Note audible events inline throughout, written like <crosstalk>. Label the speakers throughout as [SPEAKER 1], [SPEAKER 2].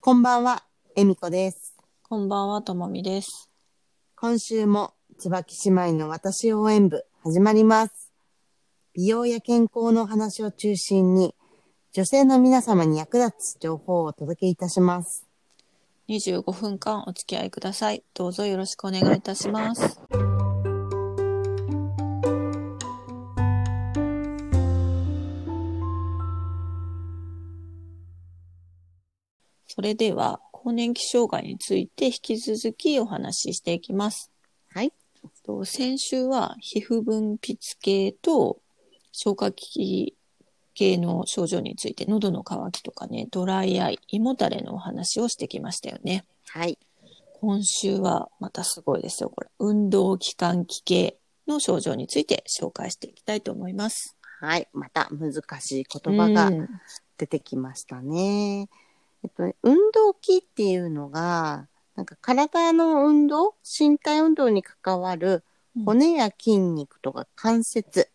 [SPEAKER 1] こんばんは、えみこです。
[SPEAKER 2] こんばんは、ともみです。
[SPEAKER 1] 今週も千葉木姉妹の私応援部始まります。美容や健康のお話を中心に、女性の皆様に役立つ情報をお届けいたします。
[SPEAKER 2] 25分間お付き合いください。どうぞよろしくお願いいたします。それでは、更年期障害について引き続きお話ししていきます。
[SPEAKER 1] はい。
[SPEAKER 2] と先週は皮膚分泌系と消化器系の症状について喉の渇きとかねドライアイ胃もたれのお話をしてきましたよね
[SPEAKER 1] はい。
[SPEAKER 2] 今週はまたすごいですよこれ運動器官器系の症状について紹介していきたいと思います
[SPEAKER 1] はい。また難しい言葉が
[SPEAKER 2] うん
[SPEAKER 1] 出てきましたね。えっと、運動器っていうのが、なんか体の運動、身体運動に関わる骨や筋肉とか関節、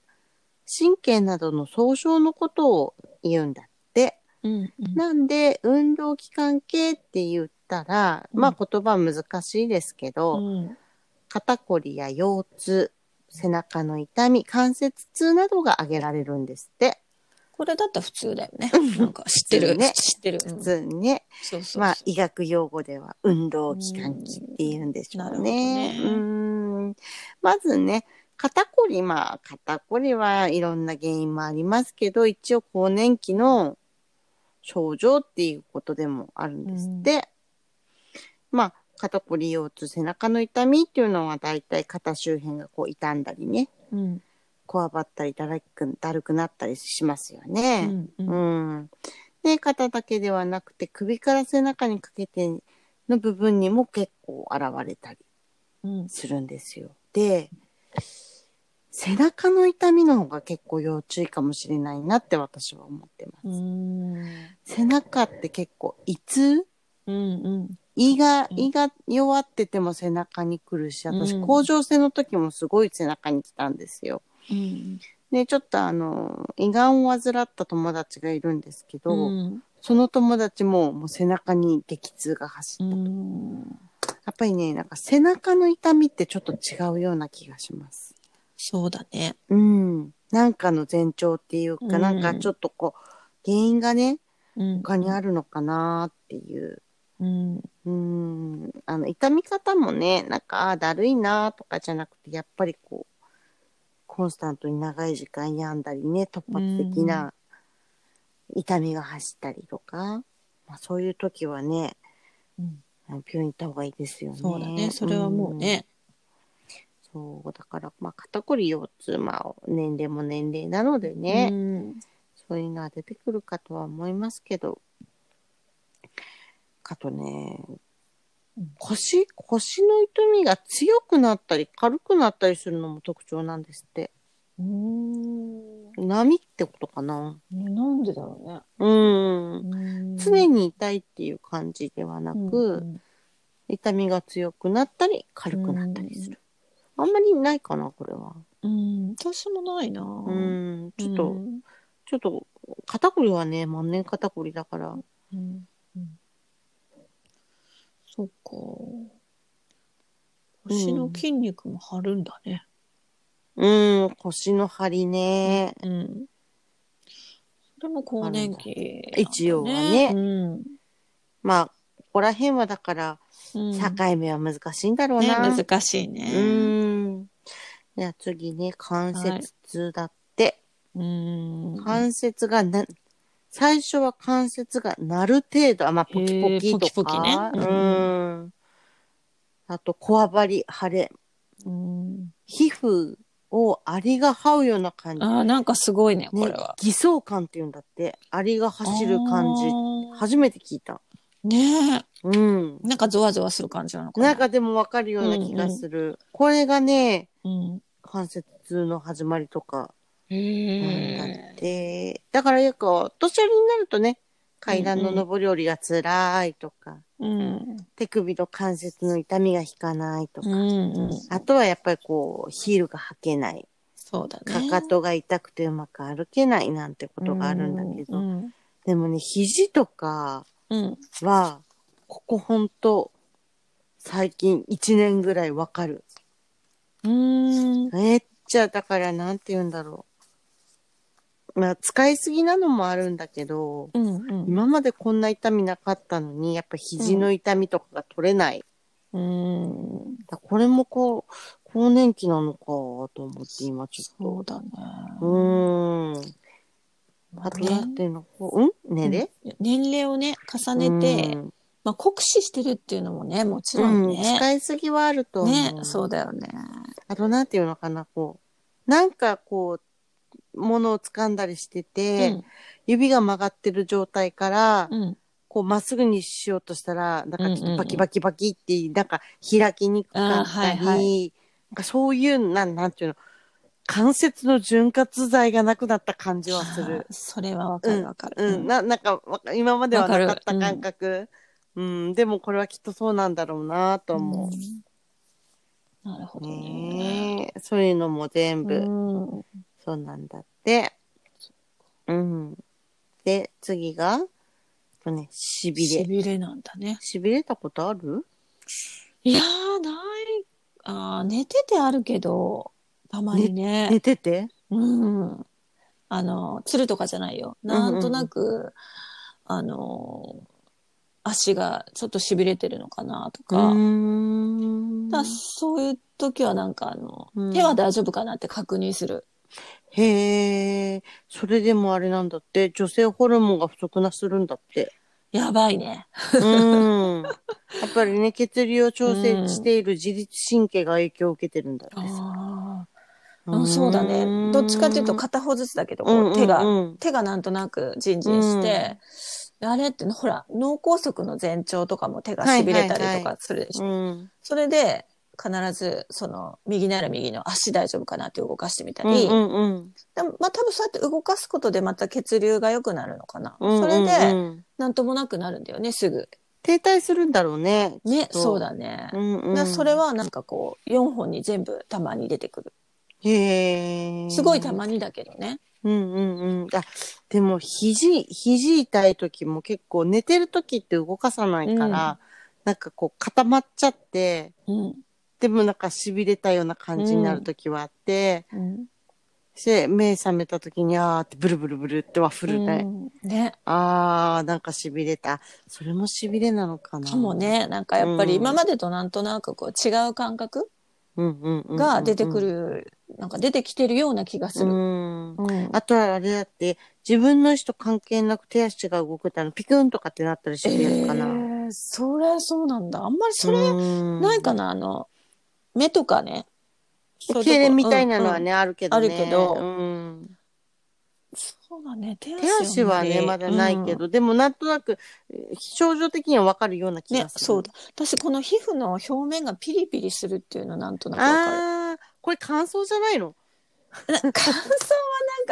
[SPEAKER 1] 神経などの総称のことを言うんだって。
[SPEAKER 2] うん
[SPEAKER 1] なんで、運動器官系って言ったら、
[SPEAKER 2] うん
[SPEAKER 1] まあ言葉難しいですけ
[SPEAKER 2] う
[SPEAKER 1] ど、
[SPEAKER 2] んうん
[SPEAKER 1] 肩こりや腰痛、背中の痛み、関節痛などが挙げられるんですって。
[SPEAKER 2] これだったら普通だよねなんか知って
[SPEAKER 1] 普
[SPEAKER 2] る、
[SPEAKER 1] 通ね
[SPEAKER 2] 知ってる、うん
[SPEAKER 1] 普通にね、
[SPEAKER 2] そうそうそう
[SPEAKER 1] まあ、医学用語では運動器官期っていうんでしょうね。
[SPEAKER 2] うんなるほど
[SPEAKER 1] うんまずね、肩こり、まあ、肩こりはいろんな原因もありますけど、一応更年期の症状っていうことでもあるんですって。まあ、肩こり、腰痛、背中の痛みっていうのはだいたい肩周辺がこう傷んだりね、
[SPEAKER 2] うん
[SPEAKER 1] こわばったりだらくだるくなったりしますよね。
[SPEAKER 2] うんうん
[SPEAKER 1] うん。で、肩だけではなくて、首から背中にかけての部分にも結構現れたり
[SPEAKER 2] うん
[SPEAKER 1] するんですよ。で、背中の痛みの方が結構要注意かもしれないなって私は思ってます。
[SPEAKER 2] うん
[SPEAKER 1] 背中って結構胃痛
[SPEAKER 2] うんうん
[SPEAKER 1] 胃が、
[SPEAKER 2] うん
[SPEAKER 1] 胃が弱ってても背中に来るし、私、
[SPEAKER 2] うん
[SPEAKER 1] 甲状腺の時もすごい背中に来たんですよ。
[SPEAKER 2] うん
[SPEAKER 1] で、ちょっとあの、胃がんを患った友達がいるんですけど、
[SPEAKER 2] うん
[SPEAKER 1] その友達ももう背中に激痛が走った。
[SPEAKER 2] う
[SPEAKER 1] や
[SPEAKER 2] ん
[SPEAKER 1] っぱりね、なんか背中の痛みってちょっと違うような気がします。
[SPEAKER 2] そうだね。
[SPEAKER 1] うん。なんかの前兆っていうか、
[SPEAKER 2] うん
[SPEAKER 1] なんかちょっとこう、原因がね、
[SPEAKER 2] うん
[SPEAKER 1] 他にあるのかなっていう。
[SPEAKER 2] うん。
[SPEAKER 1] うん。あの、痛み方もね、なんか、ああー、だるいなとかじゃなくて、やっぱりこう、コンスタントに長い時間病んだりね、突発的な痛みが走ったりとか、まあそういう時はね、
[SPEAKER 2] うん
[SPEAKER 1] 病院行った方がいいですよね。
[SPEAKER 2] そうだね。それはもうね。
[SPEAKER 1] うん。そう、だから、まあ、肩こり、腰痛、まあ、年齢も年齢なのでね、
[SPEAKER 2] うん。
[SPEAKER 1] そういうのは出てくるかとは思いますけど、あとね
[SPEAKER 2] うん、
[SPEAKER 1] 腰、腰の痛みが強くなったり、軽くなったりするのも特徴なんですって。
[SPEAKER 2] うん。
[SPEAKER 1] 波ってことかな。
[SPEAKER 2] なんでだろうね。
[SPEAKER 1] うん。
[SPEAKER 2] うん
[SPEAKER 1] 常に痛いっていう感じではなく、
[SPEAKER 2] うん
[SPEAKER 1] 痛みが強くなったり、軽くなったりする。あんまりないかな、これは。
[SPEAKER 2] うん。私もないな。
[SPEAKER 1] う
[SPEAKER 2] うん。
[SPEAKER 1] ん、ちょっと、ちょっと、肩こりはね、万年肩こりだから。
[SPEAKER 2] うん。うん。そっか。腰の筋肉も張るんだね。
[SPEAKER 1] うん、腰の張りね。
[SPEAKER 2] うん。それも更年期なんだね。
[SPEAKER 1] 一応はね
[SPEAKER 2] うん。
[SPEAKER 1] まあ、ここら辺はだから、
[SPEAKER 2] うん
[SPEAKER 1] 境目は難しいんだろう
[SPEAKER 2] ね、
[SPEAKER 1] な。
[SPEAKER 2] 難しいね。
[SPEAKER 1] うん。じゃあ次ね、関節痛だって。
[SPEAKER 2] うん。
[SPEAKER 1] 関節がな、最初は関節が鳴る程度、あ、まあ、ポキポキとか。
[SPEAKER 2] へーポキポキね
[SPEAKER 1] う。
[SPEAKER 2] うん
[SPEAKER 1] あと、こわばり、腫れ。
[SPEAKER 2] うん
[SPEAKER 1] 皮膚をアリが這うような感じ。
[SPEAKER 2] ああ、なんかすごいね、こ
[SPEAKER 1] ね
[SPEAKER 2] れは。、
[SPEAKER 1] 偽装感って言うんだって。アリが走る感じ。
[SPEAKER 2] じ。
[SPEAKER 1] 初めて聞いた。
[SPEAKER 2] ね
[SPEAKER 1] うん
[SPEAKER 2] え。。なんかゾワゾワする感じなのかな。
[SPEAKER 1] なんかでもわかるような気がする。これがね、
[SPEAKER 2] うん。
[SPEAKER 1] 関節痛の始まりとかなんだ
[SPEAKER 2] へ
[SPEAKER 1] っ
[SPEAKER 2] え。
[SPEAKER 1] て。だからよく、年寄りになるとね、階段の上り下りが辛いとか、
[SPEAKER 2] うん。
[SPEAKER 1] 手首の関節の痛みが引かないとか、
[SPEAKER 2] うん。
[SPEAKER 1] あとはやっぱりこう、ヒールが履けない、
[SPEAKER 2] そうだね。
[SPEAKER 1] かかとが痛くてうまく歩けないなんてことがあるんだけど、
[SPEAKER 2] うん。
[SPEAKER 1] でもね、肘とか
[SPEAKER 2] うん。
[SPEAKER 1] は、ここほんと、最近1年ぐらいわかる。
[SPEAKER 2] うん。
[SPEAKER 1] めっちゃ、だからなんて言うんだろう。まあ、使いすぎなのもあるんだけど、
[SPEAKER 2] うん。
[SPEAKER 1] 今までこんな痛みなかったのに、やっぱ肘の痛みとかが取れない。
[SPEAKER 2] うん。
[SPEAKER 1] だこれもこう、更年期なのかと思って今ち
[SPEAKER 2] そ
[SPEAKER 1] ょ
[SPEAKER 2] う
[SPEAKER 1] っ
[SPEAKER 2] だね。
[SPEAKER 1] と。うーん。あとなんていうの、こう、うん寝れ
[SPEAKER 2] 年齢をね、重ねて、
[SPEAKER 1] うん
[SPEAKER 2] まあ、酷使してるっていうのもね、もちろ
[SPEAKER 1] うんん、
[SPEAKER 2] ね。
[SPEAKER 1] 使いすぎはあると思う。
[SPEAKER 2] ね、そうだよね。
[SPEAKER 1] あとなんていうのかな、こう、なんかこう、ものを掴んだりしてて、指が曲がってる状態から、
[SPEAKER 2] うん、うん、
[SPEAKER 1] こう、まっすぐにしようとしたら、なんかちょっとバキバキバキって、なんか開きにくかったり、
[SPEAKER 2] あーはいは
[SPEAKER 1] なんかそういう、なん、なんていうの、関節の潤滑剤がなくなった感じはする。
[SPEAKER 2] あー <laughs> それはわかるわかる。
[SPEAKER 1] うん、な、なんかわか、今まではなかった感覚。うん、でもこれはきっとそうなんだろうなと思
[SPEAKER 2] んなるほ
[SPEAKER 1] う。
[SPEAKER 2] どね。
[SPEAKER 1] ねえ、そういうのも全部、
[SPEAKER 2] うん
[SPEAKER 1] そうなんだって。うん。で、次が、とね、しび
[SPEAKER 2] し
[SPEAKER 1] れ。
[SPEAKER 2] びれなんだね。
[SPEAKER 1] しびれたことある
[SPEAKER 2] いやー、ない。あー寝ててあるけど、たまにね。
[SPEAKER 1] 寝てて
[SPEAKER 2] うん。あの、つるとかじゃないよ。なんとなく、あの、足がちょっと痺れてるのかなと
[SPEAKER 1] う
[SPEAKER 2] か。
[SPEAKER 1] ーん
[SPEAKER 2] だ。そういう時はなんかあの、
[SPEAKER 1] うん
[SPEAKER 2] 手は大丈夫かなって確認する。
[SPEAKER 1] へえ、それでもあれなんだって、女性ホルモンが不足なするんだ
[SPEAKER 2] <laughs>
[SPEAKER 1] って。
[SPEAKER 2] やばいね。
[SPEAKER 1] うん。やっぱりね、血流を調整している自律神経が影響を受けてるんだってさ。
[SPEAKER 2] ああ、そうだね。どっちかっていうと片方ずつだけど、こう手が、手がなんとなくジンジンして、であれってほら、脳梗塞の前兆とかも手が痺れたりとかするでしょ。
[SPEAKER 1] うん
[SPEAKER 2] それで、必ず、その、右なら右の足大丈夫かなって動かしてみた
[SPEAKER 1] うん
[SPEAKER 2] り、
[SPEAKER 1] うんうん
[SPEAKER 2] でもまあ多分そうやって動かすことでまた血流が良くなるのかな。
[SPEAKER 1] うんうんうん
[SPEAKER 2] それで、なんともなくなるんだよね、すぐ。
[SPEAKER 1] 停滞するんだろうね。
[SPEAKER 2] ね、
[SPEAKER 1] そう
[SPEAKER 2] そうだね。
[SPEAKER 1] うんう
[SPEAKER 2] だから
[SPEAKER 1] ん、
[SPEAKER 2] それはなんかこう、4本に全部たまに出てくる。
[SPEAKER 1] へえ。
[SPEAKER 2] すごいたまにだけどね。
[SPEAKER 1] うんうんうん。あ、でも肘、肘痛い時も結構寝てる時って動かさないから、
[SPEAKER 2] うん
[SPEAKER 1] なんかこう固まっちゃって、
[SPEAKER 2] うん。
[SPEAKER 1] でもなんか痺れたような感じになる時はあって、して、目覚めた時にあーってブルブルブルっては振るね。
[SPEAKER 2] うんね。
[SPEAKER 1] あー、なんか痺れた。それも痺れなのかな。
[SPEAKER 2] かも。ね、なんかやっぱり
[SPEAKER 1] うん
[SPEAKER 2] 今までとなんとなくこう違う感覚
[SPEAKER 1] うんうんうんうん、うん。
[SPEAKER 2] が出てくる、なんか出てきてるような気がす
[SPEAKER 1] う
[SPEAKER 2] る。
[SPEAKER 1] ん。
[SPEAKER 2] うん
[SPEAKER 1] あとはあれだって、自分の意思と関係なく手足が動くってあの、ピクンとかってなったりしてるやつかな。
[SPEAKER 2] えーそれそうなんだ。あんまりそれな
[SPEAKER 1] ない
[SPEAKER 2] かな、あの、目とかね。そういうとこ
[SPEAKER 1] けれみたいなのは
[SPEAKER 2] うん
[SPEAKER 1] ね、あるけどね。
[SPEAKER 2] あるけど
[SPEAKER 1] うん、
[SPEAKER 2] そうだね。手
[SPEAKER 1] 手足はね、まだないけ
[SPEAKER 2] ど
[SPEAKER 1] ど、でもなんとなく、症状的にはわかるような気
[SPEAKER 2] ね
[SPEAKER 1] が、する。
[SPEAKER 2] そうだ。私、この皮膚の表面がピリピリするっていうのなんとなくわか
[SPEAKER 1] あー、これ乾燥じゃない <laughs> の
[SPEAKER 2] る。な乾燥はな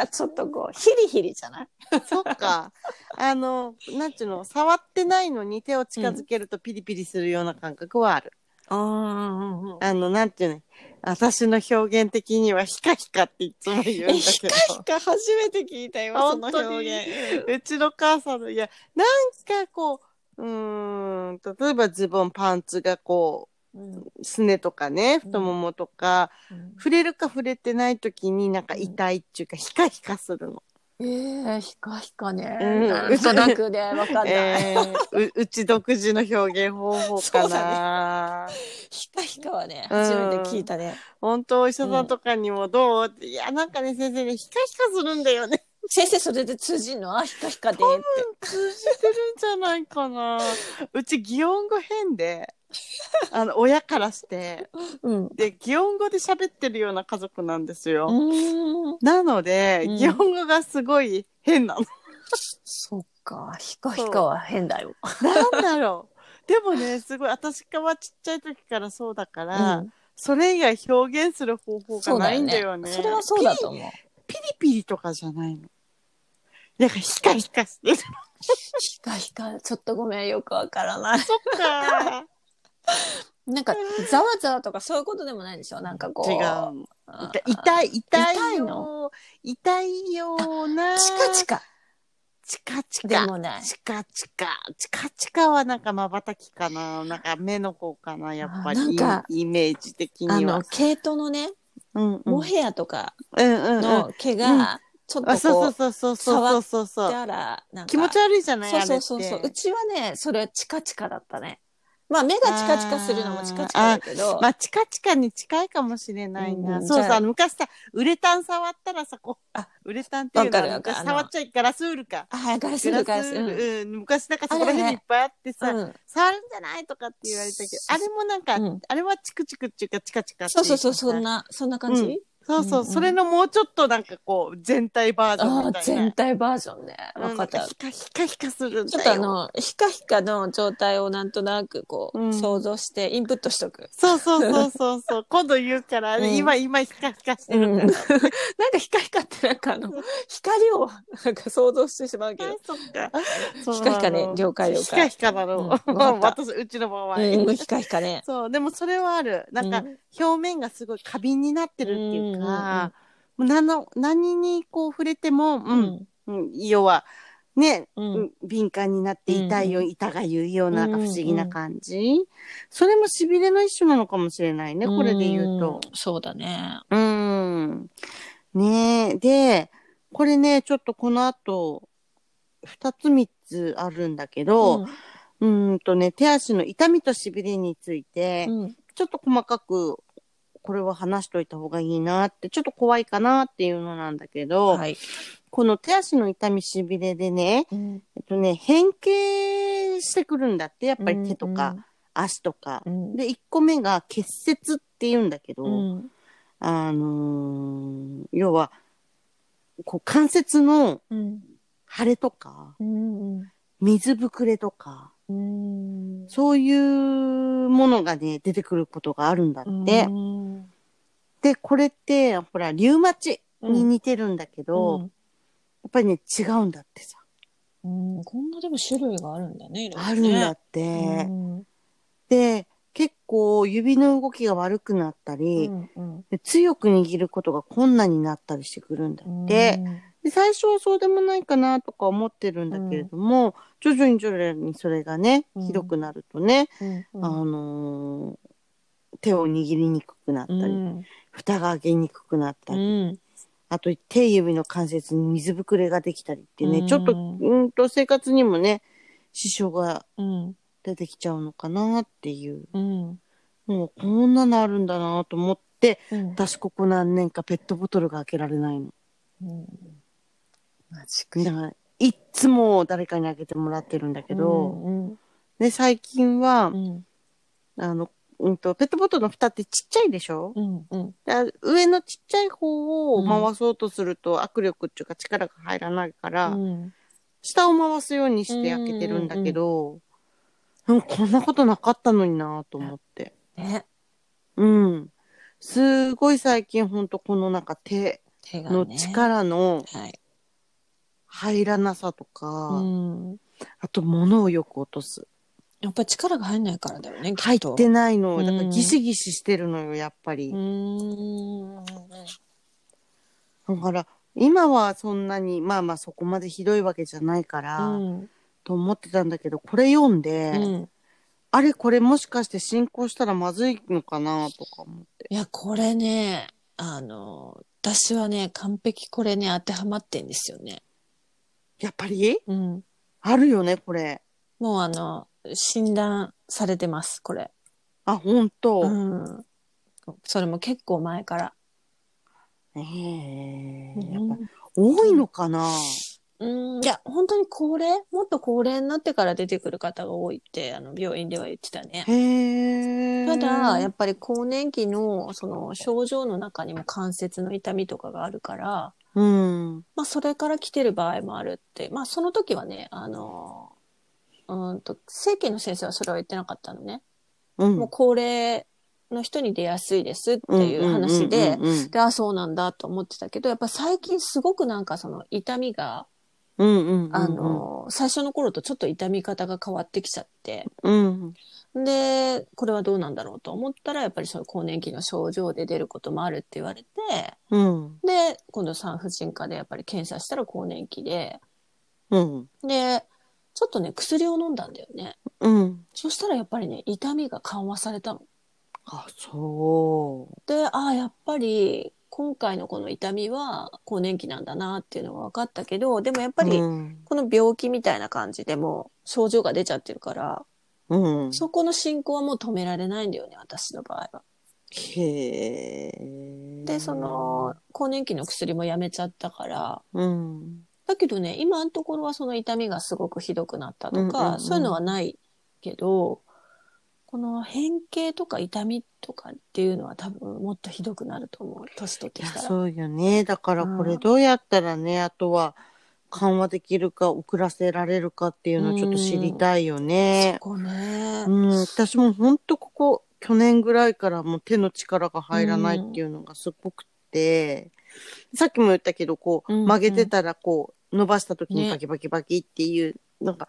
[SPEAKER 2] んかちょっとこう、ヒリヒリじゃない
[SPEAKER 1] そっか。あの、なんちゅうの、触ってないのに手を近づけるとピリピリするような感覚はある。
[SPEAKER 2] ああ。
[SPEAKER 1] あの、なんていうの、私の表現的にはヒカヒカっていつも言う
[SPEAKER 2] え、
[SPEAKER 1] んだ
[SPEAKER 2] ヒ
[SPEAKER 1] け
[SPEAKER 2] カ
[SPEAKER 1] ど。
[SPEAKER 2] ヒカ初めて聞いたよ、その
[SPEAKER 1] 本当に
[SPEAKER 2] 表現。
[SPEAKER 1] うちの母さんの、いや、なんかこう、うーん、例えばズボン、パンツがこ
[SPEAKER 2] うん
[SPEAKER 1] う、すねとかね、太ももとか、触れるか触れてない時になんか痛いっていうか、ヒカヒカするの。
[SPEAKER 2] えー、ヒカヒカね。
[SPEAKER 1] うん
[SPEAKER 2] なんとなくね、わかんない。
[SPEAKER 1] <laughs> えー、ううち独自の表現方法
[SPEAKER 2] そ
[SPEAKER 1] か
[SPEAKER 2] うだ
[SPEAKER 1] な。 <laughs>
[SPEAKER 2] ヒカヒカはね、
[SPEAKER 1] うん
[SPEAKER 2] 初めて聞いたね。
[SPEAKER 1] 本当、お医者さんとかにもどう、っていや、なんかね、先生ね、ヒカヒカするんだよね。 <laughs>
[SPEAKER 2] 先生、それで通じんのあ、ヒカヒカでって。
[SPEAKER 1] 通じてるんじゃないかな。うち、擬音語変 <laughs> で、あの、親からして。
[SPEAKER 2] うん。う
[SPEAKER 1] で擬音語で喋ってるような家族なんですよ。
[SPEAKER 2] ーん。
[SPEAKER 1] なので、
[SPEAKER 2] うん
[SPEAKER 1] 擬音語がすごい変なの。
[SPEAKER 2] そっか、ヒカヒカは変だよ。 <laughs>
[SPEAKER 1] なんだろう。でもね、すごい、私かはちっちゃい時からそうだから、
[SPEAKER 2] うん
[SPEAKER 1] それ以外表現する方法
[SPEAKER 2] そ
[SPEAKER 1] が
[SPEAKER 2] うだ
[SPEAKER 1] ない
[SPEAKER 2] よ
[SPEAKER 1] んだ
[SPEAKER 2] ね
[SPEAKER 1] よね。
[SPEAKER 2] それはそうだと思う。
[SPEAKER 1] ピリピリピリとかじゃないの。なんかヒカヒカしてると
[SPEAKER 2] ヒカヒカ、ちょっとごめん、よくわからない。
[SPEAKER 1] か。
[SPEAKER 2] なんか、ざわざわとかそういうことでもないんでしょなんか <laughs> こう。
[SPEAKER 1] 違うの。
[SPEAKER 2] あ
[SPEAKER 1] 痛い、痛いよ。
[SPEAKER 2] 痛いの
[SPEAKER 1] 痛いような。
[SPEAKER 2] チカチカ。
[SPEAKER 1] チカチ
[SPEAKER 2] で
[SPEAKER 1] カ。
[SPEAKER 2] もない。
[SPEAKER 1] チカチカ。チカチカはなんか瞬きかな。なんか目の方かな。やっぱ
[SPEAKER 2] あなん
[SPEAKER 1] り
[SPEAKER 2] か
[SPEAKER 1] イメージ的
[SPEAKER 2] あ
[SPEAKER 1] には
[SPEAKER 2] の、。毛糸のね、
[SPEAKER 1] うんうん。
[SPEAKER 2] モヘアとか
[SPEAKER 1] うんうんうん。
[SPEAKER 2] の毛
[SPEAKER 1] うん
[SPEAKER 2] が、ちょっとこう、
[SPEAKER 1] あ、そうそうそうそうそうそうそう。
[SPEAKER 2] だら、なんか、
[SPEAKER 1] 気持ち悪いじゃないあ
[SPEAKER 2] そう
[SPEAKER 1] れって
[SPEAKER 2] そうそうそう。うちはね、それはチカチカだったね。まあ、目がチカチカするのもチカチカだけど、
[SPEAKER 1] まあ、チカチカに近いかもしれないな。
[SPEAKER 2] うん
[SPEAKER 1] そう
[SPEAKER 2] じゃあ
[SPEAKER 1] さ、昔さ、ウレタン触ったらさ、こう
[SPEAKER 2] あ、
[SPEAKER 1] ウレタンっていうの
[SPEAKER 2] わかる
[SPEAKER 1] は
[SPEAKER 2] わか
[SPEAKER 1] 昔
[SPEAKER 2] るあの
[SPEAKER 1] 触っちゃいガラスウールか。
[SPEAKER 2] あ、はい、ガラスルガラス
[SPEAKER 1] ウ
[SPEAKER 2] ル。
[SPEAKER 1] ール、うん、昔なんかそこら辺
[SPEAKER 2] あれ
[SPEAKER 1] に
[SPEAKER 2] ね
[SPEAKER 1] いっぱいあってさ、
[SPEAKER 2] うん
[SPEAKER 1] 触るんじゃないとかって言われたけど、あれもなんか、
[SPEAKER 2] うん
[SPEAKER 1] あれはチクチクっていうかチカチカってい
[SPEAKER 2] そう
[SPEAKER 1] かさ
[SPEAKER 2] そうそう、そん。な、そんな感
[SPEAKER 1] うん
[SPEAKER 2] じ、
[SPEAKER 1] そうそう、
[SPEAKER 2] うんうん
[SPEAKER 1] それのもうちょっとなんかこう、全体バージョン
[SPEAKER 2] あ
[SPEAKER 1] み
[SPEAKER 2] あ、
[SPEAKER 1] たいな。
[SPEAKER 2] 全体バージョンね。
[SPEAKER 1] う
[SPEAKER 2] わ
[SPEAKER 1] んな
[SPEAKER 2] かっ
[SPEAKER 1] んか
[SPEAKER 2] た。
[SPEAKER 1] ヒカヒカヒカするんだよ。
[SPEAKER 2] ちょっとあの、ヒカヒカの状態をなんとなくこう、
[SPEAKER 1] うん
[SPEAKER 2] 想像してインプットしとく。
[SPEAKER 1] そうそうそうそう
[SPEAKER 2] <laughs>
[SPEAKER 1] そう。今度言うから、
[SPEAKER 2] うん
[SPEAKER 1] 今、今、ヒカヒカして
[SPEAKER 2] うん、
[SPEAKER 1] る
[SPEAKER 2] <laughs> な
[SPEAKER 1] か
[SPEAKER 2] ん
[SPEAKER 1] ら。
[SPEAKER 2] かヒカヒカってなん
[SPEAKER 1] <laughs>
[SPEAKER 2] かあの、光をなんか想像してしまうけ
[SPEAKER 1] あ
[SPEAKER 2] ど。
[SPEAKER 1] そっか。
[SPEAKER 2] そう <laughs> ヒカヒカね
[SPEAKER 1] あの
[SPEAKER 2] 了解了解
[SPEAKER 1] ヒカヒカな <laughs> の。
[SPEAKER 2] うんわかった
[SPEAKER 1] 私、うちの場合。
[SPEAKER 2] うん、ヒカヒカね。
[SPEAKER 1] そう、でもそれはある。なんか
[SPEAKER 2] う、
[SPEAKER 1] 表面がすごい過敏になってるっていうか、もう何の何にこう触れても、
[SPEAKER 2] う
[SPEAKER 1] うん、
[SPEAKER 2] ん、
[SPEAKER 1] うん、要は、ね、
[SPEAKER 2] うん、
[SPEAKER 1] うん敏感になって痛いよ、
[SPEAKER 2] う
[SPEAKER 1] 痛が言うような、
[SPEAKER 2] うん
[SPEAKER 1] なんか不思議な感じ。それも痺れの一種なのかもしれないね、これで言うと。
[SPEAKER 2] んそうだね。
[SPEAKER 1] うん。ねえ。で、これね、ちょっとこの後、二つ三つあるんだけど、うーんとね、手足の痛みと痺れについて、
[SPEAKER 2] うん、うん
[SPEAKER 1] ちょっと細かく、これは話しといた方がいいなって、ちょっと怖いかなっていうのなんだけど、
[SPEAKER 2] はい。
[SPEAKER 1] この手足の痛み痺れでね、
[SPEAKER 2] うん
[SPEAKER 1] えっとね、変形してくるんだって、やっぱり手とか、足とか。
[SPEAKER 2] うん、
[SPEAKER 1] で、一個目が結節って言うんだけど、
[SPEAKER 2] うん、
[SPEAKER 1] あのー要は、こう関節の
[SPEAKER 2] うん、
[SPEAKER 1] 腫れとか、
[SPEAKER 2] うん、
[SPEAKER 1] 水ぶくれとか、
[SPEAKER 2] うん、
[SPEAKER 1] そういうものがね、出てくることがあるんだって。
[SPEAKER 2] うん、
[SPEAKER 1] で、これって、ほら、リウマチに似てるんだけど、
[SPEAKER 2] うん
[SPEAKER 1] やっぱりね、違うんだってさ。
[SPEAKER 2] うん、こんなでも種類があるんだね。いろいろね
[SPEAKER 1] あるんだって。
[SPEAKER 2] うん
[SPEAKER 1] で、結構指の動きが悪くなった
[SPEAKER 2] う
[SPEAKER 1] り、
[SPEAKER 2] んうん
[SPEAKER 1] で強く握ることが困難になったりしてくるんだ
[SPEAKER 2] うん
[SPEAKER 1] って。で最初はそうでもないかなとか思ってるんだけれども、徐々に徐々にそれがね
[SPEAKER 2] うん
[SPEAKER 1] ひどくなるとね、
[SPEAKER 2] うんうん
[SPEAKER 1] あのー手を握りにくくなったり、蓋が開けにくくなった
[SPEAKER 2] う
[SPEAKER 1] り、
[SPEAKER 2] ん
[SPEAKER 1] あと手指の関節に水ぶくれができたりってね、
[SPEAKER 2] うん
[SPEAKER 1] ちょっとうんと生活にもね支障が
[SPEAKER 2] うん
[SPEAKER 1] 出てきちゃうのかなっていう
[SPEAKER 2] うん
[SPEAKER 1] もうこんなのあるんだなと思って
[SPEAKER 2] うん
[SPEAKER 1] 私ここ何年かペットボトルが開けられないの。
[SPEAKER 2] うんマジか
[SPEAKER 1] だからいっつも誰かに開けてもらってるんだけど。
[SPEAKER 2] うん
[SPEAKER 1] で、最近は
[SPEAKER 2] う、ん
[SPEAKER 1] あの、うんと、ペットボトルの蓋ってちっちゃいでしょ
[SPEAKER 2] うんうん
[SPEAKER 1] だ上のちっちゃい方を回そうとすると握力っていうか力が入らないから、
[SPEAKER 2] うん
[SPEAKER 1] 下を回すようにして開けてるんだけど、うんこんなことなかったのになぁと思って。
[SPEAKER 2] ね
[SPEAKER 1] うん。すごい最近ほんとこのなんか手
[SPEAKER 2] 手がね
[SPEAKER 1] の力の
[SPEAKER 2] はい
[SPEAKER 1] 入らなさとか、
[SPEAKER 2] うん
[SPEAKER 1] あと物をよく落とす。
[SPEAKER 2] やっぱり力が入んないからだよねき
[SPEAKER 1] 入
[SPEAKER 2] っ
[SPEAKER 1] っ
[SPEAKER 2] と
[SPEAKER 1] てないの。
[SPEAKER 2] うん
[SPEAKER 1] だからギシギシしてるのよ、やっぱり。
[SPEAKER 2] うん
[SPEAKER 1] だから今はそんなにまあまあそこまでひどいわけじゃないから、
[SPEAKER 2] うん
[SPEAKER 1] と思ってたんだけどこれ読んで、
[SPEAKER 2] うん
[SPEAKER 1] あれこれもしかして進行したらまずいのかなとか思って
[SPEAKER 2] いやこれねあの私はね完璧これね当てはまってんですよね
[SPEAKER 1] やっぱり
[SPEAKER 2] うん
[SPEAKER 1] あるよねこれ
[SPEAKER 2] もうあの、診断されてます、これ。
[SPEAKER 1] あ本当、
[SPEAKER 2] うん。それも結構前から。
[SPEAKER 1] ええやっぱ
[SPEAKER 2] う
[SPEAKER 1] 多いのかな、
[SPEAKER 2] ん、いや、本当に高齢もっと高齢になってから出てくる方が多いって、あの、病院では言ってたね。
[SPEAKER 1] へえ
[SPEAKER 2] ただ、やっぱり更年期の、その、症状の中にも関節の痛みとかがあるから、
[SPEAKER 1] うん
[SPEAKER 2] まあ、それから来てる場合もあるって、まあ、その時はね、あの、うーんと、整形の先生はそれは言ってなかったのね。
[SPEAKER 1] うん
[SPEAKER 2] もう高齢の人に出やすいですっていう話で、
[SPEAKER 1] うんうん
[SPEAKER 2] で、あ、そうなんだと思ってたけど、やっぱ最近すごくなんかその痛みが、
[SPEAKER 1] うんうんうんうん
[SPEAKER 2] あの、最初の頃とちょっと痛み方が変わってきちゃって、
[SPEAKER 1] うん
[SPEAKER 2] で、これはどうなんだろうと思ったら、やっぱりその更年期の症状で出ることもあるって言われて、
[SPEAKER 1] うん
[SPEAKER 2] で、今度産婦人科でやっぱり検査したら更年期で、
[SPEAKER 1] うん。
[SPEAKER 2] で、ちょっとね、薬を飲んだんだよね。
[SPEAKER 1] うん。
[SPEAKER 2] そしたらやっぱりね、痛みが緩和されたの。
[SPEAKER 1] あ、そ
[SPEAKER 2] で、ああ、やっぱり、今回のこの痛みは、更年期なんだなっていうのが分かったけど、でもやっ
[SPEAKER 1] う。
[SPEAKER 2] ぱり
[SPEAKER 1] う、ん。
[SPEAKER 2] この病気みたいな感じでもう症状が出ちゃってるから、
[SPEAKER 1] うん、
[SPEAKER 2] そこの進行はもう止められないんだよね、私の場合は。
[SPEAKER 1] へえ。
[SPEAKER 2] で、その、、更年期の薬もやめちゃったから、
[SPEAKER 1] うん。
[SPEAKER 2] だけどね、今のところはその痛みがすごくひどくなったとか、
[SPEAKER 1] うんうんうん
[SPEAKER 2] そういうのはないけど、この変形とか痛みとかっていうのは多分もっとひどくなると思う。年取っ
[SPEAKER 1] い
[SPEAKER 2] て
[SPEAKER 1] や、
[SPEAKER 2] きたら。
[SPEAKER 1] そうよね。だからこ
[SPEAKER 2] う
[SPEAKER 1] れ
[SPEAKER 2] ん
[SPEAKER 1] どうやったらね、あとは緩和できるか遅らせられるかっていうのをちょっと知りたいよ
[SPEAKER 2] そ
[SPEAKER 1] ね。
[SPEAKER 2] こね。
[SPEAKER 1] うん、私もほんとここ、去年ぐらいからもう手の力が入らないっていうのがすごくて、さっきも言ったけど、こう、
[SPEAKER 2] うんうん
[SPEAKER 1] 曲げてたらこう、伸ばした時に
[SPEAKER 2] ね
[SPEAKER 1] バキバキバキっていう、なんか、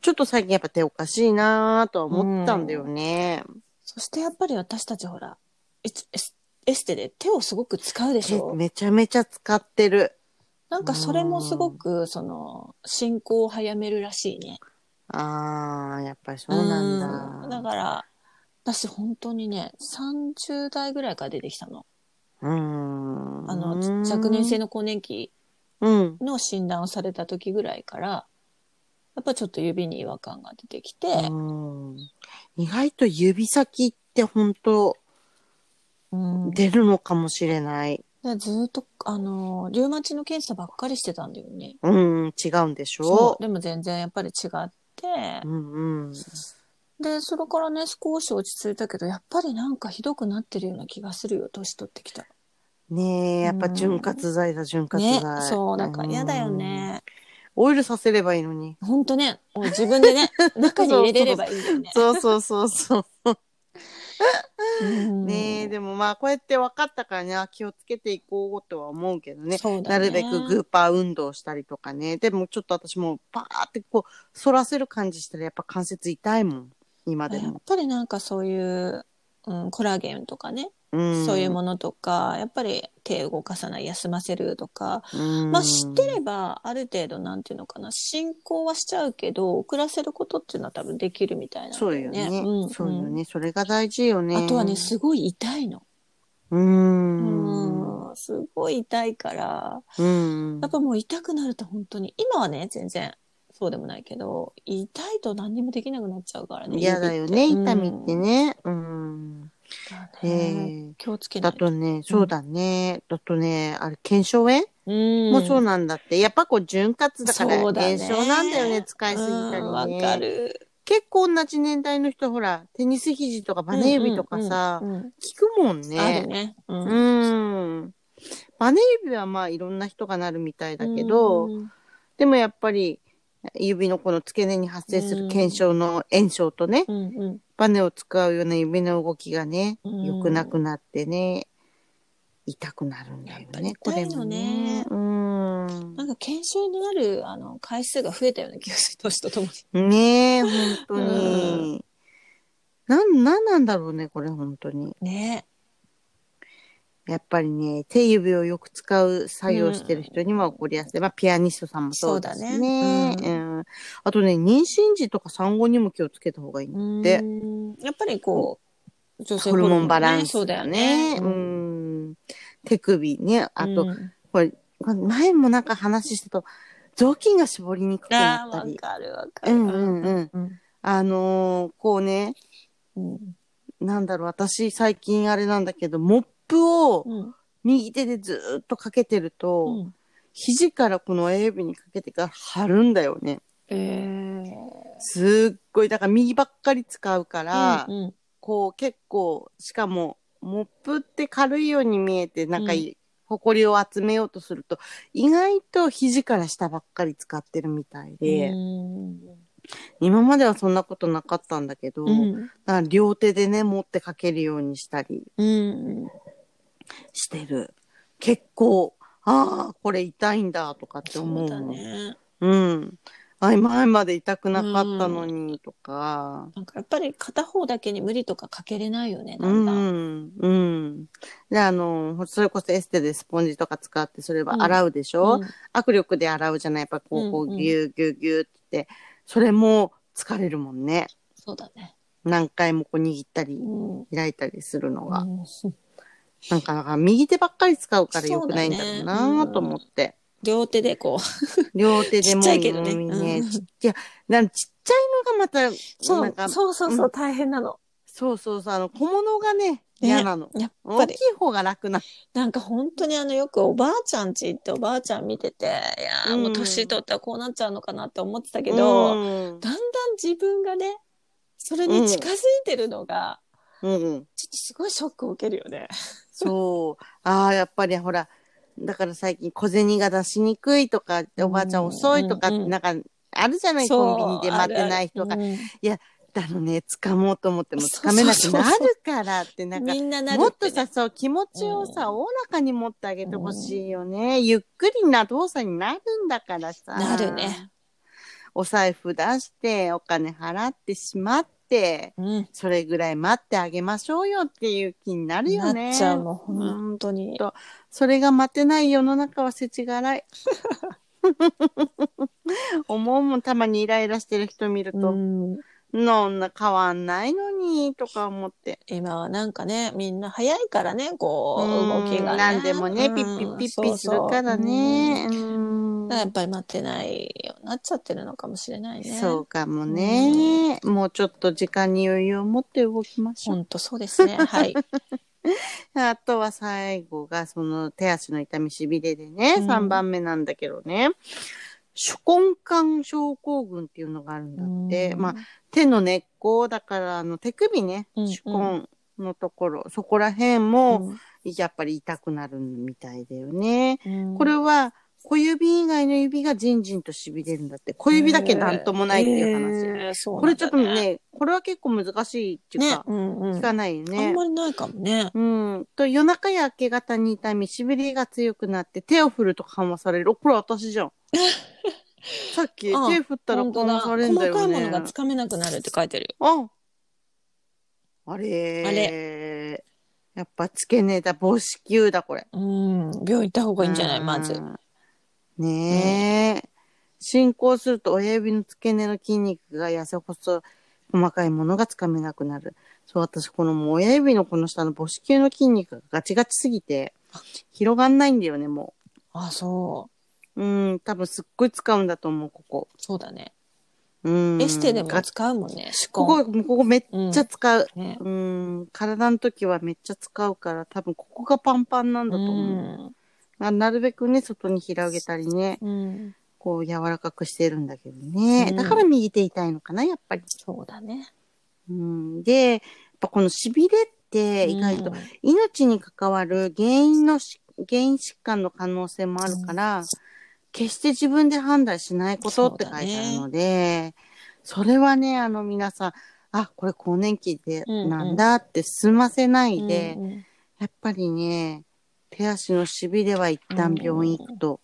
[SPEAKER 1] ちょっと最近やっぱ手おかしいなぁとは思ったんだよね。
[SPEAKER 2] そしてやっぱり私たちほら、エスエステで手をすごく使うでし
[SPEAKER 1] 手
[SPEAKER 2] ょ
[SPEAKER 1] めちゃめちゃ使ってる。
[SPEAKER 2] なんかそれもすごく、その、進行を早めるらしいね。
[SPEAKER 1] あー、やっぱりそうなんだ。
[SPEAKER 2] うんだから、私本当にね、30代ぐらいから出てきたの。
[SPEAKER 1] うーん。
[SPEAKER 2] あの、若年性の更年期
[SPEAKER 1] うん。
[SPEAKER 2] の診断をされた時ぐらいから、やっぱちょっと指に違和感が出てきて、
[SPEAKER 1] うん。意外と指先って本当
[SPEAKER 2] うんで
[SPEAKER 1] 出るのかもしれない。
[SPEAKER 2] ずっと、あの、リウマチの検査ばっかりしてたんだよね。
[SPEAKER 1] うん、違うんでし
[SPEAKER 2] そ
[SPEAKER 1] ょ
[SPEAKER 2] う。でも全然やっぱり違って、
[SPEAKER 1] うんうん。
[SPEAKER 2] で、それからね、少し落ち着いたけど、やっぱりなんかひどくなってるような気がするよ、年取ってきたら。
[SPEAKER 1] ねえ、やっぱ
[SPEAKER 2] うん
[SPEAKER 1] 潤滑剤だ、潤滑
[SPEAKER 2] ね
[SPEAKER 1] 剤。、
[SPEAKER 2] そう、なんか嫌だよね。
[SPEAKER 1] うん。オイルさせればいいの
[SPEAKER 2] <laughs>
[SPEAKER 1] に。
[SPEAKER 2] ほんとね、もう自分でね、
[SPEAKER 1] <laughs>
[SPEAKER 2] 中に入れれればいいんだよね。
[SPEAKER 1] そうそうそうそう。
[SPEAKER 2] うん
[SPEAKER 1] ねえ、でもまあ、こうやって分かったからね、あ気をつけていこうとは思うけどね。
[SPEAKER 2] そうだ
[SPEAKER 1] な
[SPEAKER 2] ね
[SPEAKER 1] るべくグーパー運動したりとかね。でもちょっと私もパーってこう、反らせる感じしたらやっぱ関節痛いもん。今で
[SPEAKER 2] やっ
[SPEAKER 1] も。
[SPEAKER 2] ぱりなんかそういう、うん、コラーゲンとかね、
[SPEAKER 1] うん、
[SPEAKER 2] そういうものとか、やっぱり手動かさない、休ませるとか、
[SPEAKER 1] の。
[SPEAKER 2] まあ知ってればある程度なんていうのかな、進行はしちゃうけど、遅らせることっていうのは多分できるみたいなんだ
[SPEAKER 1] そうよね。
[SPEAKER 2] うんうん
[SPEAKER 1] そうよね。それが大事よね。
[SPEAKER 2] あとはね、すごい痛いの。
[SPEAKER 1] うーん。
[SPEAKER 2] うん、すごい痛いから、
[SPEAKER 1] うん。
[SPEAKER 2] やっぱもう痛くなると本当に、今はね、全然そうでもないけど、痛いと何にもできなくなっちゃうからね。
[SPEAKER 1] 嫌だよね、
[SPEAKER 2] 指
[SPEAKER 1] 痛みって。ね。うん。
[SPEAKER 2] うん
[SPEAKER 1] ええ
[SPEAKER 2] 気をつけな
[SPEAKER 1] だ
[SPEAKER 2] いと。
[SPEAKER 1] とね、そうだね。だとね、あれ、腱鞘炎
[SPEAKER 2] うん
[SPEAKER 1] もうそうなんだって。やっぱこう、潤滑だから、
[SPEAKER 2] そうだね
[SPEAKER 1] 炎症なんだよね、使いすぎた
[SPEAKER 2] う
[SPEAKER 1] り
[SPEAKER 2] ん
[SPEAKER 1] ね。
[SPEAKER 2] わかる。
[SPEAKER 1] 結構同じ年代の人、ほら、テニス肘とかバネ指とかさ
[SPEAKER 2] う、んうんうん
[SPEAKER 1] 効くもん
[SPEAKER 2] ある
[SPEAKER 1] ね。
[SPEAKER 2] ね。う
[SPEAKER 1] うんーん。バネ指はまあいろんな人がなるみたいだけど、
[SPEAKER 2] うん
[SPEAKER 1] でもやっぱり指のこの付け根に発生す
[SPEAKER 2] う
[SPEAKER 1] る
[SPEAKER 2] ん
[SPEAKER 1] 腱鞘の炎症とね、
[SPEAKER 2] うんうん
[SPEAKER 1] バネを使うような指の動きがね、
[SPEAKER 2] うん
[SPEAKER 1] 良くなくなってね、痛くなるんだよ
[SPEAKER 2] やっぱり
[SPEAKER 1] ね、こ
[SPEAKER 2] 痛
[SPEAKER 1] れ
[SPEAKER 2] い
[SPEAKER 1] も
[SPEAKER 2] よ
[SPEAKER 1] ね
[SPEAKER 2] ね。
[SPEAKER 1] うーん
[SPEAKER 2] なんか研修になるあの回数が増えたような気がする年とともに。
[SPEAKER 1] ねえ、本当に。なん、なんなんだろうね、これ本当に。
[SPEAKER 2] ね。
[SPEAKER 1] やっぱりね、手指をよく使う作業をしてる人には起こりやすい。まあ、ピアニストさんもそうだし
[SPEAKER 2] そうだ
[SPEAKER 1] ね。
[SPEAKER 2] ね
[SPEAKER 1] う
[SPEAKER 2] うん
[SPEAKER 1] あとね、妊娠時とか産後にも気をつけた方がいいね。で
[SPEAKER 2] うんやっぱりこう女性
[SPEAKER 1] ホルモンバランス、
[SPEAKER 2] ねそうだよね。
[SPEAKER 1] う
[SPEAKER 2] うん
[SPEAKER 1] ん。手首ね。あと、
[SPEAKER 2] うん
[SPEAKER 1] これ、これ前もなんか話したと、雑巾が絞りにくくな
[SPEAKER 2] あ
[SPEAKER 1] っ
[SPEAKER 2] ー
[SPEAKER 1] た
[SPEAKER 2] わ
[SPEAKER 1] り。
[SPEAKER 2] かるわか
[SPEAKER 1] う
[SPEAKER 2] る。
[SPEAKER 1] んうんうん。あのーこうね、
[SPEAKER 2] うん
[SPEAKER 1] なんだろう、私最近あれなんだけど、モップを
[SPEAKER 2] うん
[SPEAKER 1] 右手でずーっとかけてると、
[SPEAKER 2] うん
[SPEAKER 1] 肘からこの親指にかけてから貼るんだよね。
[SPEAKER 2] えー
[SPEAKER 1] すっごい、だから右ばっかり使うから、
[SPEAKER 2] うんうん
[SPEAKER 1] こう結構、しかも、モップって軽いように見えて、なんか
[SPEAKER 2] うん
[SPEAKER 1] ほこりを集めようとすると、意外と肘から下ばっかり使ってるみたいで、
[SPEAKER 2] う
[SPEAKER 1] 今まではそんなことなかったんだけど、
[SPEAKER 2] ん
[SPEAKER 1] だから両手でね、持ってかけるようにしたり
[SPEAKER 2] うん
[SPEAKER 1] してる。結構、ああ、これ痛いんだとかって
[SPEAKER 2] そ
[SPEAKER 1] 思うもん。
[SPEAKER 2] うだね。
[SPEAKER 1] うん。あ、前まで痛くなかったのにとか。
[SPEAKER 2] なんかやっぱり片方だけに無理とかかけれないよね、
[SPEAKER 1] う
[SPEAKER 2] なんだ。
[SPEAKER 1] ん。うん。で、あの、それこそエステでスポンジとか使って、それは洗うでしょ、
[SPEAKER 2] うん
[SPEAKER 1] 握力で洗うじゃないやっぱこう、こ
[SPEAKER 2] うんう
[SPEAKER 1] う、
[SPEAKER 2] ん
[SPEAKER 1] ぎゅうぎゅうぎゅうって、それも疲れるもんね。
[SPEAKER 2] そうだね。
[SPEAKER 1] 何回もこう握ったり、
[SPEAKER 2] うん。
[SPEAKER 1] 開いたりするのが。
[SPEAKER 2] うん
[SPEAKER 1] なんか、なんか右手ばっかり使うから良くないんだろうなと思って。
[SPEAKER 2] 両手でこ
[SPEAKER 1] 両手でもう
[SPEAKER 2] ちっちゃいけどね
[SPEAKER 1] ね
[SPEAKER 2] うん
[SPEAKER 1] ちっちゃい。なんかちっちゃいのがまた、
[SPEAKER 2] う。そ
[SPEAKER 1] なん
[SPEAKER 2] う
[SPEAKER 1] か、
[SPEAKER 2] そうそうそう、大変なの。
[SPEAKER 1] そうそうそう、あの、小物がね、嫌なの。
[SPEAKER 2] やっぱ
[SPEAKER 1] 大
[SPEAKER 2] り
[SPEAKER 1] きい。方が楽な。
[SPEAKER 2] なんか本当にあのよくおばあちゃんち行っておばあちゃん見てて、いやーもう
[SPEAKER 1] うん
[SPEAKER 2] 年取ったらこうなっちゃうのかなって思ってたけど、
[SPEAKER 1] うん
[SPEAKER 2] だんだん自分がね、それに近づいてるのが、
[SPEAKER 1] うんうん、
[SPEAKER 2] ちょっとすごいショックを受けるよね。
[SPEAKER 1] そう。ああ、やっぱりほら、だから最近小銭が出しにくいとか、おばあちゃん遅いとか、
[SPEAKER 2] うんうんうん
[SPEAKER 1] なんか、あるじゃない、コンビニで待ってない人が。
[SPEAKER 2] あるある
[SPEAKER 1] だのね、掴もうと思っても
[SPEAKER 2] そう
[SPEAKER 1] 掴めなく
[SPEAKER 2] そうそう
[SPEAKER 1] な
[SPEAKER 2] そう
[SPEAKER 1] るからって、
[SPEAKER 2] う
[SPEAKER 1] なんんか
[SPEAKER 2] み、んななる
[SPEAKER 1] もっ
[SPEAKER 2] って
[SPEAKER 1] と
[SPEAKER 2] ね
[SPEAKER 1] さ、そう、気持ちをさ、おおらかに持ってあげてほしいよね。ゆっくりな動作になるんだからさ。
[SPEAKER 2] なるね。
[SPEAKER 1] お財布出して、お金払ってしまって、
[SPEAKER 2] うん。
[SPEAKER 1] それぐらい待ってあげましょうよっていう気になるよね。
[SPEAKER 2] なっちゃうの、本当に。
[SPEAKER 1] それが待てない世の中は世知辛い。思うもんたまにイライラしてる人見る
[SPEAKER 2] う
[SPEAKER 1] と、
[SPEAKER 2] ん、
[SPEAKER 1] そんな変わんないのにとか思って。
[SPEAKER 2] 今はなんかね、みんな早いからね、こう、
[SPEAKER 1] うん
[SPEAKER 2] 動きがね。
[SPEAKER 1] 何でもね、
[SPEAKER 2] うん
[SPEAKER 1] ピッピッピッピするから。ね。うん
[SPEAKER 2] そうそううんだからやっぱり待ってないようになっちゃってるのかもしれないね。
[SPEAKER 1] そうかもね。もうちょっと時間に余裕を持って動きましょう。
[SPEAKER 2] 本当そうですね。はい。
[SPEAKER 1] あとは最後が、その手足の痛みしびれでね、
[SPEAKER 2] うん
[SPEAKER 1] 3番目なんだけどね、手根管症候群っていうのがあるんだって、まあ、手の根っこ、だからあの手首ね、
[SPEAKER 2] うんうん
[SPEAKER 1] 手根のところ、そこら辺
[SPEAKER 2] あ
[SPEAKER 1] も、やっぱり痛くなるみたいだよね。これ
[SPEAKER 2] を
[SPEAKER 1] は、小指以外の指がじんじんとしびれるんだって、小指だけなんともないっていう話。これちょっと。ね、これは結構難しいっていう
[SPEAKER 2] ね
[SPEAKER 1] か、、
[SPEAKER 2] うんうん
[SPEAKER 1] 聞かないよ
[SPEAKER 2] あん
[SPEAKER 1] ね。
[SPEAKER 2] まりないかもね。
[SPEAKER 1] うん。と、夜中や明け方に痛み、しびれが強くなって、手を振ると緩和される。おこれ私じ
[SPEAKER 2] <laughs>
[SPEAKER 1] ゃん。さっき、
[SPEAKER 2] あ
[SPEAKER 1] 手振ったら
[SPEAKER 2] 本当
[SPEAKER 1] 緩
[SPEAKER 2] だ
[SPEAKER 1] 和されるんだ
[SPEAKER 2] 細か
[SPEAKER 1] よ
[SPEAKER 2] い
[SPEAKER 1] ね。
[SPEAKER 2] ものがつかめなくなるって書いてあるよ。
[SPEAKER 1] ああれー
[SPEAKER 2] あ
[SPEAKER 1] やっぱ付け根だ、母子球だ、これ。
[SPEAKER 2] うん。病院行った方がいいんじゃないまず
[SPEAKER 1] う。ん。ねえ、進行すると親指の付け根の筋肉が痩せ細細かいものがつかめなくなる。そう、私このもう親指のこの下の母子球の筋肉がガチガチすぎて、広がんないんだよね、も
[SPEAKER 2] あ、そう。
[SPEAKER 1] う。うん、多分すっごい使うんだと思う、ここ。
[SPEAKER 2] そうだね。
[SPEAKER 1] うん。
[SPEAKER 2] エステでも
[SPEAKER 1] ガ
[SPEAKER 2] 使うもんね。手
[SPEAKER 1] こ
[SPEAKER 2] 根。
[SPEAKER 1] こ、ここめっちゃ使う。
[SPEAKER 2] ね。
[SPEAKER 1] うん、体の時はめっちゃ使うから、多分ここがパンパンなんだと思う。あなるべくね、外に広げたりね、
[SPEAKER 2] うん。うん。
[SPEAKER 1] こう柔らかくしてるんだけどね。
[SPEAKER 2] うん
[SPEAKER 1] だから右手痛いのかな、やっぱり。
[SPEAKER 2] そうだね。
[SPEAKER 1] うん、で、やっぱこの痺れって意外と命に関わる原因のし、原因疾患の可能性もあるから、決して自分で判断しないことって書いてあるので、それはね、あの皆さん、あ、これ更年期で
[SPEAKER 2] うんうん
[SPEAKER 1] なんだって済ませな
[SPEAKER 2] う
[SPEAKER 1] い
[SPEAKER 2] ん、
[SPEAKER 1] で、
[SPEAKER 2] うんうん
[SPEAKER 1] やっぱりね、手足のしびれは一旦病院行くと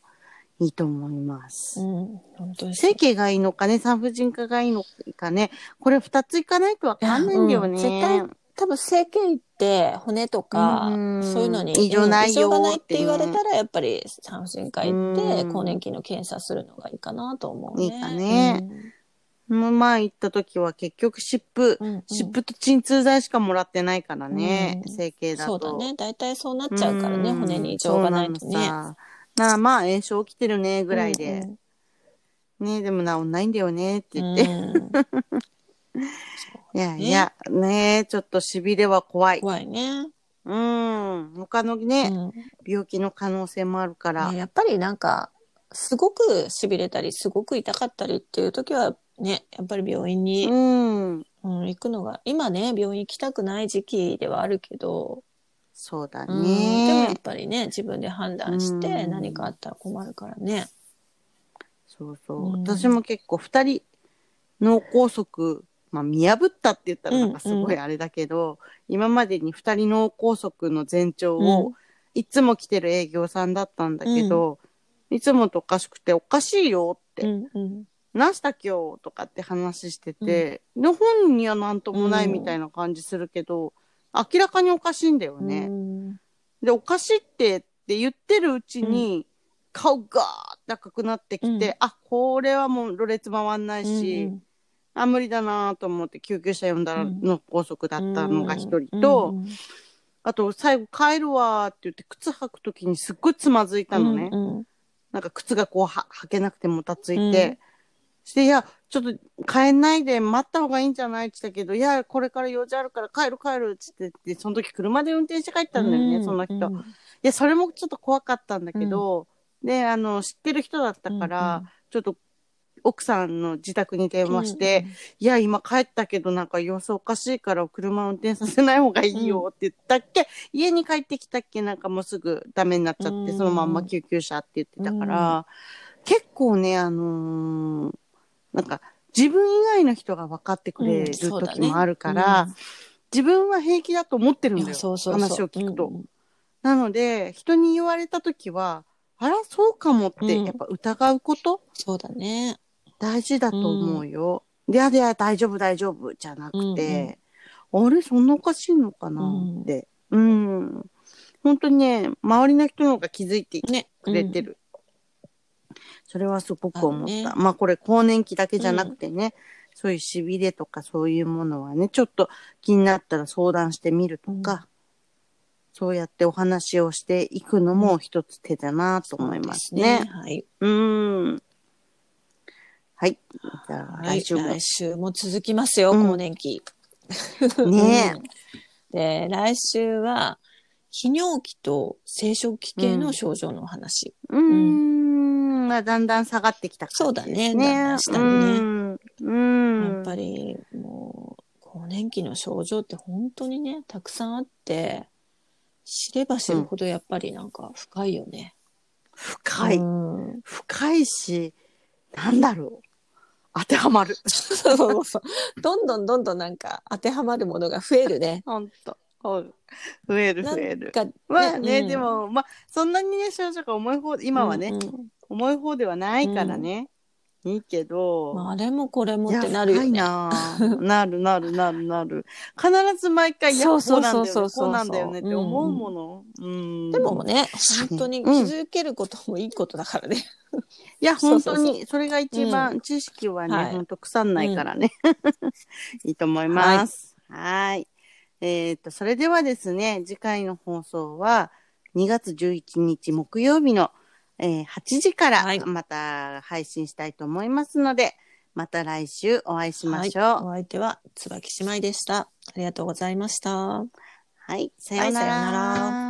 [SPEAKER 1] いいと思います。
[SPEAKER 2] うん、本当です
[SPEAKER 1] 整形がいいのかね、産婦人科がいいのかね、これ二つ行かないとわかんないんだよね。
[SPEAKER 2] うん絶対多分整形医って骨とか、
[SPEAKER 1] うん
[SPEAKER 2] そういうのに
[SPEAKER 1] 異常ないよ
[SPEAKER 2] うん異常がない
[SPEAKER 1] っ
[SPEAKER 2] ってて
[SPEAKER 1] ね
[SPEAKER 2] 言われたらやっぱり産婦人科行って
[SPEAKER 1] うん
[SPEAKER 2] 更年期の検査するのがいいかなと思うね。
[SPEAKER 1] いいかねうん前行った時は結局湿布、
[SPEAKER 2] うん。うんうん
[SPEAKER 1] 湿布と鎮痛剤しかもらってないからね、
[SPEAKER 2] うん
[SPEAKER 1] 整形だ
[SPEAKER 2] そ
[SPEAKER 1] と。
[SPEAKER 2] うだね。大体そうなっちゃうからね、
[SPEAKER 1] ん
[SPEAKER 2] 骨に異常がないと
[SPEAKER 1] そうな
[SPEAKER 2] ね。
[SPEAKER 1] のさなあまあ炎症起きてるねぐらいで、
[SPEAKER 2] うん
[SPEAKER 1] ねでも治んないんだよねって言
[SPEAKER 2] う
[SPEAKER 1] っ
[SPEAKER 2] ん
[SPEAKER 1] て、 <laughs>
[SPEAKER 2] そう
[SPEAKER 1] いやいやねちょっとしびれは怖い
[SPEAKER 2] 怖いね。
[SPEAKER 1] うん他の
[SPEAKER 2] う
[SPEAKER 1] ね、
[SPEAKER 2] ん
[SPEAKER 1] 病気の可能性もあるから、
[SPEAKER 2] ねやっぱりなんか、すごく痺れたり、すごく痛かったりっていう時は、ね、やっぱり病院に、
[SPEAKER 1] うん
[SPEAKER 2] うん、行くのが、今ね、病院行きたくない時期ではあるけど、
[SPEAKER 1] そうだ
[SPEAKER 2] うんでもやっ
[SPEAKER 1] ね。
[SPEAKER 2] ぱりね、自分で判断して
[SPEAKER 1] うん
[SPEAKER 2] 何かあったら困るからね。
[SPEAKER 1] そうそう。
[SPEAKER 2] うん
[SPEAKER 1] 私も結構二人、脳梗塞、まあ見破ったって言ったらなんかすご
[SPEAKER 2] うん
[SPEAKER 1] いあれだけど、今までに二人脳梗塞の前兆を、
[SPEAKER 2] うん
[SPEAKER 1] いつも来てる営業さんだったんだけど、いつもとおかしくておかしいよって、
[SPEAKER 2] うんうん
[SPEAKER 1] 何した今日とかって話してて、の本には何ともないみたいな感じするけど、明らかにおかしいんだよね。
[SPEAKER 2] うん
[SPEAKER 1] で、おかしいってって言ってるうちに、顔がーって赤くなってきて、
[SPEAKER 2] うん
[SPEAKER 1] あ、これはもうろれつ回んないし、
[SPEAKER 2] うん
[SPEAKER 1] あ、無理だなーと思って救急車呼んだら
[SPEAKER 2] うん
[SPEAKER 1] 脳梗塞だったのが一
[SPEAKER 2] う
[SPEAKER 1] 人
[SPEAKER 2] ん
[SPEAKER 1] と、
[SPEAKER 2] うん
[SPEAKER 1] あと最後帰るわーって言って靴履くときにすっごいつまずいたのね。
[SPEAKER 2] うん
[SPEAKER 1] なんか靴がこうは履けなくてもたついて、
[SPEAKER 2] うん
[SPEAKER 1] して、いや、ちょっと帰んないで待った方がいいんじゃないって言ったけど、いや、これから用事あるから帰る帰るって言って、でその時車で運転して帰ったんだよね、その人。
[SPEAKER 2] う
[SPEAKER 1] い
[SPEAKER 2] ん
[SPEAKER 1] や、それもちょっと怖かったんだけど、で、あの、知ってる人だったから、ちょっと奥さんの自宅に電話して、、いや、今帰ったけどなんか様子おかしいから車運転させない方がいいよって言ったっけ、家に帰ってきたっけなんかもうすぐダメになっちゃって、
[SPEAKER 2] うん
[SPEAKER 1] そのまんま救急車って言ってたから、結構ね、あのーなんか自分以外の人が分かってくれる
[SPEAKER 2] うんそうだね
[SPEAKER 1] 時もあるから、自分は平気だと思ってる
[SPEAKER 2] うんん
[SPEAKER 1] だよ。
[SPEAKER 2] そうそうそう
[SPEAKER 1] 話を聞くと。
[SPEAKER 2] うん
[SPEAKER 1] なので、人に言われた時は、あら、そうかもって、
[SPEAKER 2] うん
[SPEAKER 1] やっぱ疑うこと、
[SPEAKER 2] そうだね。
[SPEAKER 1] 大事だと思うよ。でやでや大丈夫大丈夫じゃなくて、あれそんなおかしいのかなって。うん。本当にね、周りの人の方が気づいて
[SPEAKER 2] ね。
[SPEAKER 1] くれてる。それはすごく思っ
[SPEAKER 2] あるね
[SPEAKER 1] た。まあこれ更年期だけじゃなくてね、そういうしびれとかそういうものはね、ちょっと気になったら相談してみるとか、
[SPEAKER 2] うん
[SPEAKER 1] そうやってお話をしていくのも一つ手だなと思いますね。
[SPEAKER 2] そうではい。
[SPEAKER 1] うーん。はい。じゃあ、来
[SPEAKER 2] 来週
[SPEAKER 1] 週も。
[SPEAKER 2] 来週も続きますよ、
[SPEAKER 1] うん
[SPEAKER 2] 更年期。
[SPEAKER 1] ね
[SPEAKER 2] <laughs> え。で、来週は、泌尿器と生殖器系の症状のお話。
[SPEAKER 1] うーん。まあ、だんだん下がってきた
[SPEAKER 2] そう
[SPEAKER 1] 感じ
[SPEAKER 2] だ
[SPEAKER 1] で
[SPEAKER 2] ね。
[SPEAKER 1] す
[SPEAKER 2] だん
[SPEAKER 1] ね。
[SPEAKER 2] だん下にね。
[SPEAKER 1] うーん。うん。
[SPEAKER 2] やっぱり、もう、更年期の症状って本当にね、たくさんあって、知れば知るほどやっぱりなんか深いよね。
[SPEAKER 1] 深い。
[SPEAKER 2] うん
[SPEAKER 1] 深いし、なんだろう。当てはまる。
[SPEAKER 2] そうそうそう。 <laughs> どんどんどんどんなんか当てはまるものが増えるね。
[SPEAKER 1] ほんと。うん増える
[SPEAKER 2] な
[SPEAKER 1] 増
[SPEAKER 2] ん
[SPEAKER 1] える。
[SPEAKER 2] か、
[SPEAKER 1] まあね、
[SPEAKER 2] うん
[SPEAKER 1] でも、まあ、そんなにね、症状が重い方、 <laughs> 今はね、
[SPEAKER 2] うん
[SPEAKER 1] 重い方ではないからね。いいけど。
[SPEAKER 2] まあ、あれもこれも
[SPEAKER 1] いや
[SPEAKER 2] ってなるよ
[SPEAKER 1] 深い
[SPEAKER 2] ね。
[SPEAKER 1] なぁ <laughs> なるなるなるなる。必ず毎回、いや、こ
[SPEAKER 2] そ
[SPEAKER 1] う
[SPEAKER 2] うそう
[SPEAKER 1] なんだよね、
[SPEAKER 2] そうそう
[SPEAKER 1] こうなんだよねって思うもの。うん。
[SPEAKER 2] でも、ね、本当に気づけることもいいことだからね。
[SPEAKER 1] いや、
[SPEAKER 2] そう
[SPEAKER 1] 本
[SPEAKER 2] そう
[SPEAKER 1] 当
[SPEAKER 2] そう
[SPEAKER 1] に、それが一番、知識はね、
[SPEAKER 2] はい
[SPEAKER 1] 本当腐んないからね。 <laughs> いいと思います。はーい。えっと、それではですね、次回の放送は、2月11日木曜日の、えー8時か
[SPEAKER 2] はい
[SPEAKER 1] らまた配信したいと思いますので、また来週お会いしましょう。
[SPEAKER 2] はいお相手は椿姉妹でした。ありがとうございました。
[SPEAKER 1] はい、さようなら。
[SPEAKER 2] はいさような